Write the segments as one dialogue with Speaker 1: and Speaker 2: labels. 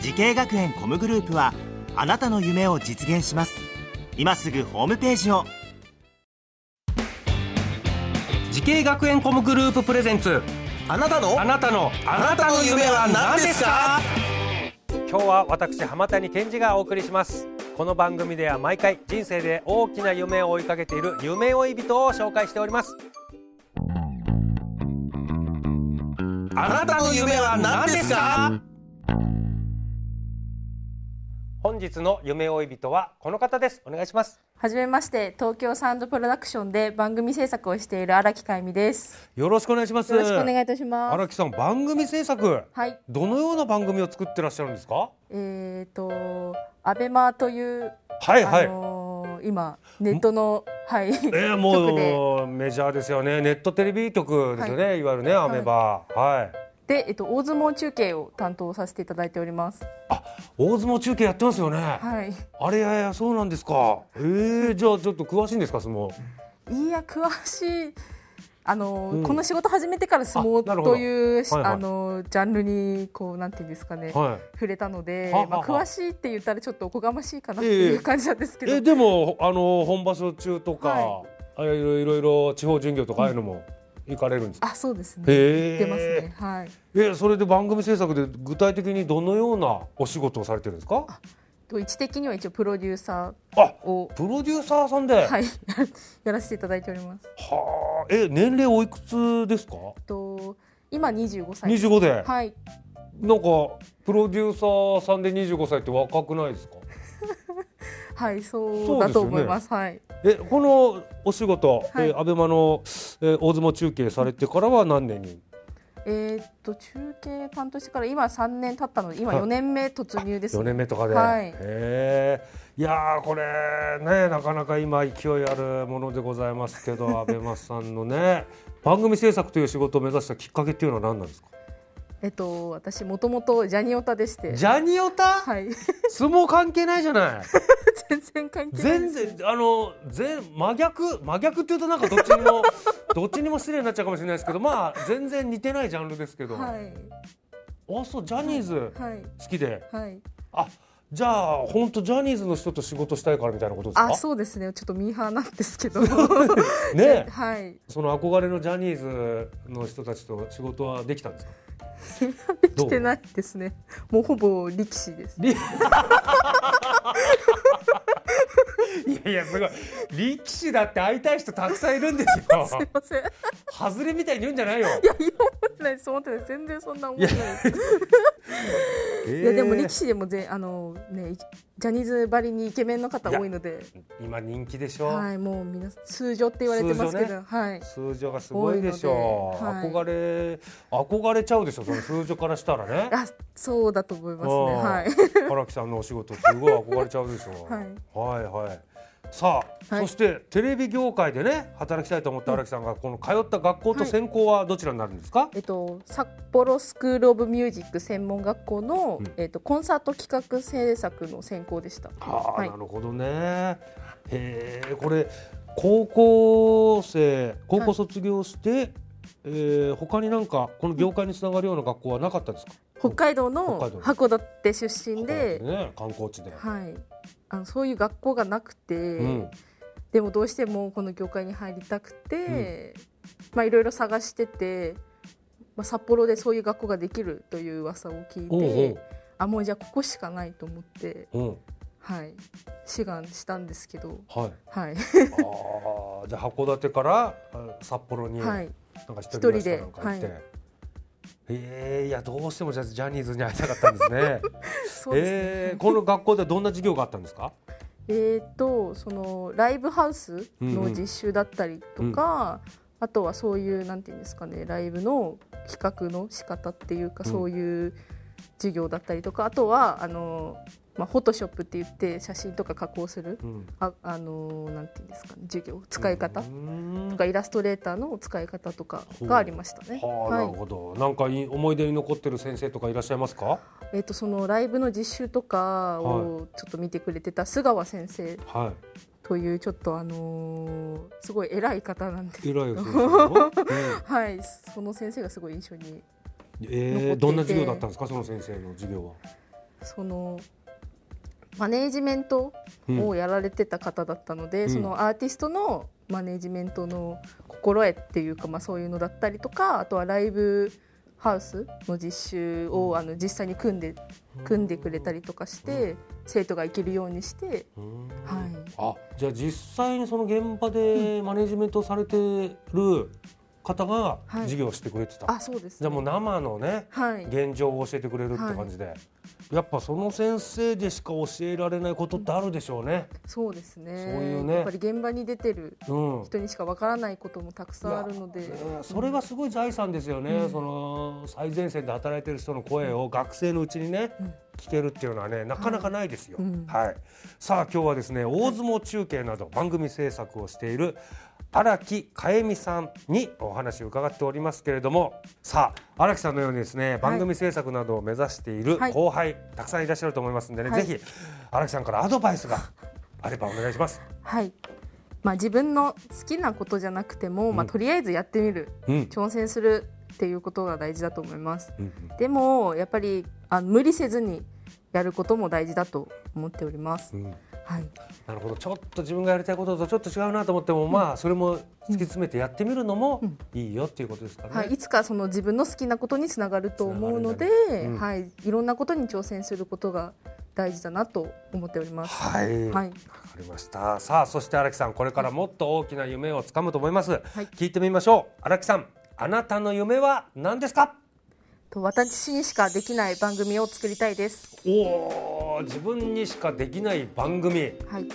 Speaker 1: 時系学園コムグループはあなたの夢を実現します今すぐホームページを
Speaker 2: 時系学園コムグループプレゼンツ
Speaker 3: あなたの
Speaker 2: あなたのあなたの夢は何ですか今日は私浜谷健二がお送りしますこの番組では毎回人生で大きな夢を追いかけている夢追い人を紹介しております
Speaker 3: あなたの夢は何ですか
Speaker 2: 本日の夢追い人はこの方ですお願いします
Speaker 4: はじめまして、東京サウンドプロダクションで番組制作をしている荒木海美です。
Speaker 2: よろしくお願いします
Speaker 4: よろしくお願いいたします。
Speaker 2: 荒木さん番組制作
Speaker 4: はい、
Speaker 2: どのような番組を作ってらっしゃるんですか
Speaker 4: えっ、と、アベマという、
Speaker 2: はい
Speaker 4: あのー今ネットのはい、
Speaker 2: えー、
Speaker 4: 局で
Speaker 2: もうメジャーですよねネットテレビ局ですよね、い、わゆるねアメバはい、
Speaker 4: で、えっと大相撲中継を担当させていただいております。
Speaker 2: 大相撲中継やってますよね、
Speaker 4: はい、
Speaker 2: あれややそうなんですかえー、じゃあちょっと詳しいんですか相撲
Speaker 4: いや詳しい。あのー
Speaker 2: うん
Speaker 4: この仕事始めてから相撲
Speaker 2: あなるほど
Speaker 4: とい
Speaker 2: は
Speaker 4: う
Speaker 2: いはい
Speaker 4: あのージャンルにこうなんていうんですかね、
Speaker 2: はい
Speaker 4: 触れたので、
Speaker 2: ははは
Speaker 4: まあ詳しいって言ったらちょっとおこがましいかなっていう感じなんですけど、
Speaker 2: えでもあの本場所中とか、
Speaker 4: は
Speaker 2: あれいろいろいろ地方巡業とかああいうのも行かれるんですか、
Speaker 4: あそうですね。
Speaker 2: へー
Speaker 4: 出ますね。はい。
Speaker 2: えそれで番組制作で具体的にどのようなお仕事をされてるんですか
Speaker 4: と位置的には一応プロデューサ
Speaker 2: あ
Speaker 4: ーを
Speaker 2: プロデューサーさんで、
Speaker 4: はい やらせていただいております。
Speaker 2: はあえ年齢おいくつですか、
Speaker 4: と今25歳
Speaker 2: 二
Speaker 4: で
Speaker 2: 十
Speaker 4: す。
Speaker 2: 25で、
Speaker 4: はい。
Speaker 2: なんかプロデューサーさんで25歳って若くないですか
Speaker 4: はい
Speaker 2: そ
Speaker 4: そうう
Speaker 2: ですよね
Speaker 4: だと思います。はい。
Speaker 2: えこのお仕事、
Speaker 4: はい
Speaker 2: えーアベマの、えー大相撲中継されてからは何年に
Speaker 4: えーっと中継担当してから今3年経ったので今
Speaker 2: はい
Speaker 4: 4年目突入です。
Speaker 2: 4年目とかで、
Speaker 4: はい
Speaker 2: へえいやーこれねなかなか今勢いあるものでございますけ どアベマさんのね番組制作という仕事を目指したきっかけっていうのは何なんですか
Speaker 4: えっと私もともとジャニオタでして。
Speaker 2: ジャニオタ、
Speaker 4: はい
Speaker 2: 相撲関係ないじゃない
Speaker 4: 全然関係ないで
Speaker 2: 全
Speaker 4: す。
Speaker 2: 然あの全真逆真逆っていうとなんかどっちにも どっちにも失礼になっちゃうかもしれないですけどまあ全然似てないジャンルですけど、
Speaker 4: はい
Speaker 2: あそうジャニーズ
Speaker 4: はい
Speaker 2: 好きで、
Speaker 4: はい。
Speaker 2: あじゃあ本当ジャニーズの人と仕事したいからみたいなことですか
Speaker 4: あそうですねちょっとミーハーなんですけど
Speaker 2: ねえ
Speaker 4: はい。
Speaker 2: その憧れのジャニーズの人たちと仕事はできたんですか
Speaker 4: できてないですね。もうほぼ力士です。
Speaker 2: いやいやすごい力士だって会いたい人たくさんいるんです よ
Speaker 4: すいません。
Speaker 2: 外れみたいに言うんじゃないよ
Speaker 4: いや、いや思ってないです、思ってないです、全然そんな思ってないです。い
Speaker 2: い
Speaker 4: や、でも力士でもぜ、あの、ね、いジャニーズばりにイケメンの方多いので。
Speaker 2: 今人気でしょ、
Speaker 4: はい、もう、みな、通常って言われてますけ
Speaker 2: 通
Speaker 4: ど、はい。
Speaker 2: 数字がすごいでしょ
Speaker 4: 多いのではい
Speaker 2: 憧れ憧れちゃうでしょその数字からしたらね
Speaker 4: あ、そうだと思います
Speaker 2: う
Speaker 4: ね。
Speaker 2: ん
Speaker 4: はい。
Speaker 2: 荒木さんのお仕事すごい憧れちゃうでしょはいはいさあ、
Speaker 4: は
Speaker 2: そ
Speaker 4: い
Speaker 2: してテレビ業界でね働きたいと思った荒木さんがこの通った学校と
Speaker 4: はい
Speaker 2: 専攻はどちらになるんですか、
Speaker 4: えっと、札幌スクール・オブ・ミュージック専門学校の、
Speaker 2: うん
Speaker 4: えっと、コンサート企画制作の専攻でした。
Speaker 2: はあ、
Speaker 4: はい
Speaker 2: なるほどねへえこれ高校生高校卒業して、えー他になんかこの業界につながるような学校はなかったですか
Speaker 4: 北海道の
Speaker 2: 北海道
Speaker 4: 函館出身で、
Speaker 2: ね観光地で、
Speaker 4: はい。あの、そういう学校がなくて。
Speaker 2: うん
Speaker 4: でもどうしてもこの業界に入りたくて、まあいろいろ探してて、まあ、札幌でそういう学校ができるという噂を聞いて
Speaker 2: おう
Speaker 4: あもうじゃあここしかないと思って、
Speaker 2: おううん
Speaker 4: はい、志願したんですけど、
Speaker 2: はい
Speaker 4: は
Speaker 2: あ
Speaker 4: い
Speaker 2: ーじゃあ函館からあ札幌に、
Speaker 4: はい、
Speaker 2: なんか一人暮らしか
Speaker 4: 一人で
Speaker 2: なんか行って、
Speaker 4: は
Speaker 2: えーいやどうしてもじゃあジャニーズに会いたかったんですね
Speaker 4: そうですね
Speaker 2: えーこの学校ではどんな授業があったんですか
Speaker 4: えー、とそのライブハウスの実習だったりとか、あとはそういうなんていうんですかねライブの企画の仕方っていうか、
Speaker 2: うん
Speaker 4: そういう授業だったりとかあとはあの、まあ、フォトショップって言って写真とか加工する
Speaker 2: うん
Speaker 4: ああのなんていうんですかね授業使い方
Speaker 2: うん
Speaker 4: とかイラストレーターの使い方とかがありましたね。
Speaker 2: はあ、
Speaker 4: は
Speaker 2: ないるほど。なんかいい思い出に残ってる先生とかいらっしゃいますか？
Speaker 4: えっとそのライブの実習とかをちょっと見てくれてた菅川先生
Speaker 2: は
Speaker 4: というちょっとあのーすごい偉い方なんです
Speaker 2: い。偉い先生の。
Speaker 4: はいその先生がすごい印象に
Speaker 2: うん、
Speaker 4: 残って
Speaker 2: え
Speaker 4: い
Speaker 2: え
Speaker 4: て
Speaker 2: どんな授業だったんですか？その先生の授業は。
Speaker 4: そのマネージメント
Speaker 2: うん
Speaker 4: をやられてた方だったので、
Speaker 2: うん
Speaker 4: そのアーティストのマネージメントの心得っていうか、まあ、そういうのだったりとかあとはライブハウスの実習を、あの実際に組んで組んでくれたりとかして、生徒が行けるようにして、
Speaker 2: うん
Speaker 4: はい、
Speaker 2: あ、じゃあ実際にその現場でマネジメントされてる方が
Speaker 4: はい
Speaker 2: 授業をしてくれてた。
Speaker 4: あそうです、
Speaker 2: じゃあもう生のね。
Speaker 4: はい、
Speaker 2: 現状を教えてくれるって感じで、やっぱその先生でしか教えられないことってあるでしょうね。
Speaker 4: そうですね
Speaker 2: そういうね
Speaker 4: やっぱり現場に出てる
Speaker 2: うん、
Speaker 4: 人にしかわからないこともたくさんあるので、
Speaker 2: いやねそれがすごい財産ですよね、その最前線で働いてる人の声を学生のうちにね、聞けるっていうのはねなかなかないですよ、はいさあ今日はですね大相撲中継など番組制作をしている荒木かえみさんにお話を伺っておりますけれどもさあ荒木さんのようにですね番組制作などを目指している
Speaker 4: はい
Speaker 2: 後輩、たくさんいらっしゃると思いますんでね、
Speaker 4: はい
Speaker 2: ぜひ荒木さんからアドバイスがあればお願いします。
Speaker 4: はい。まあ自分の好きなことじゃなくても、まあとりあえずやってみる、
Speaker 2: うん
Speaker 4: 挑戦するっていうことが大事だと思います。
Speaker 2: うん
Speaker 4: でもやっぱりあ無理せずにやることも大事だと思っております。
Speaker 2: うん
Speaker 4: はい。
Speaker 2: なるほどちょっと自分がやりたいこととちょっと違うなと思っても、まあそれも突き詰めてやってみるのもいいよっていうことですかね。
Speaker 4: はい、いつかその自分の好きなことにつながると思うので、
Speaker 2: つながるんだねうん
Speaker 4: はい、いろんなことに挑戦することが大事だなと思っております。
Speaker 2: はい、
Speaker 4: はい
Speaker 2: わかりましたさあそして荒木さんこれからもっと大きな夢をつかむと思います、
Speaker 4: い
Speaker 2: 聞いてみましょう荒木さんあなたの夢は何ですか
Speaker 4: と私にしかできない番組を作りたいです。
Speaker 2: おー自分にしかできない番組
Speaker 4: はい。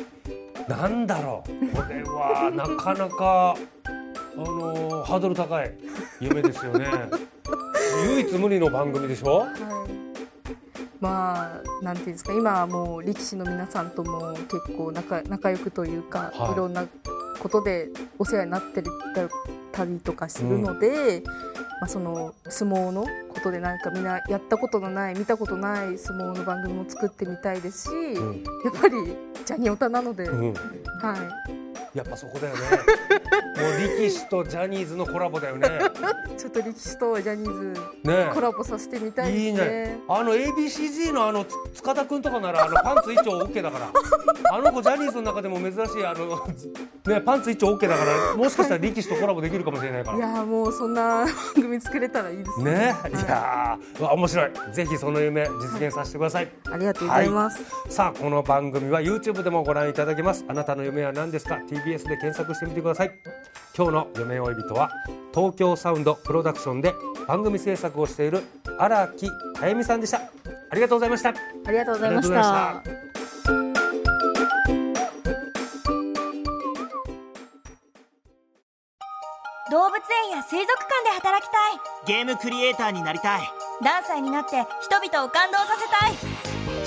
Speaker 2: なんだろうこれはなかなかあのーハードル高い夢です よね唯一無二の番組でしょ
Speaker 4: はい、まあなんていうんですか今はもう力士の皆さんとも結構仲仲良くというか、
Speaker 2: はい
Speaker 4: い、ろんなことでお世話になってたりとかするので、まあ、その相撲のことでなんかみんなやったことのない見たことない相撲の番組も作ってみたいですし、
Speaker 2: うん
Speaker 4: やっぱりジャニオタなので、
Speaker 2: うん
Speaker 4: は
Speaker 2: やっぱそこだ よね。もう力士とジャニーズのコラボだよね。
Speaker 4: い、ちょっと力士とジャニーズ
Speaker 2: ね
Speaker 4: コラボさせてみたい
Speaker 2: いい
Speaker 4: です
Speaker 2: ね
Speaker 4: ね。。
Speaker 2: あの ABCG のあのつ塚田君とかならあのパンツ一丁 OK だ から。あの子ジャニーズの中でも珍しいあのねパンツ一丁 OK だからもしかしたら力士とコラボできるかもしれないか
Speaker 4: い
Speaker 2: ら。
Speaker 4: やーもうそんな番組作れたらいいです
Speaker 2: ね、い
Speaker 4: はい
Speaker 2: やーうわ面白いぜひその夢実現させてください、
Speaker 4: ありがとうございます。
Speaker 2: さあこの番組は YouTube でもご覧いただけますあなたの夢は何ですか TBS で検索してみてください今日の夢追い人は東京サウンドプロダクションで番組制作をしている荒木かえみさんでしたありがとうございました
Speaker 4: ありがとうございまし
Speaker 2: ありがとうござい
Speaker 4: た
Speaker 2: ました。
Speaker 5: 動物園や水族館で働きたい
Speaker 1: ゲームクリエイターになりたい
Speaker 5: 何歳になって人々を感動させた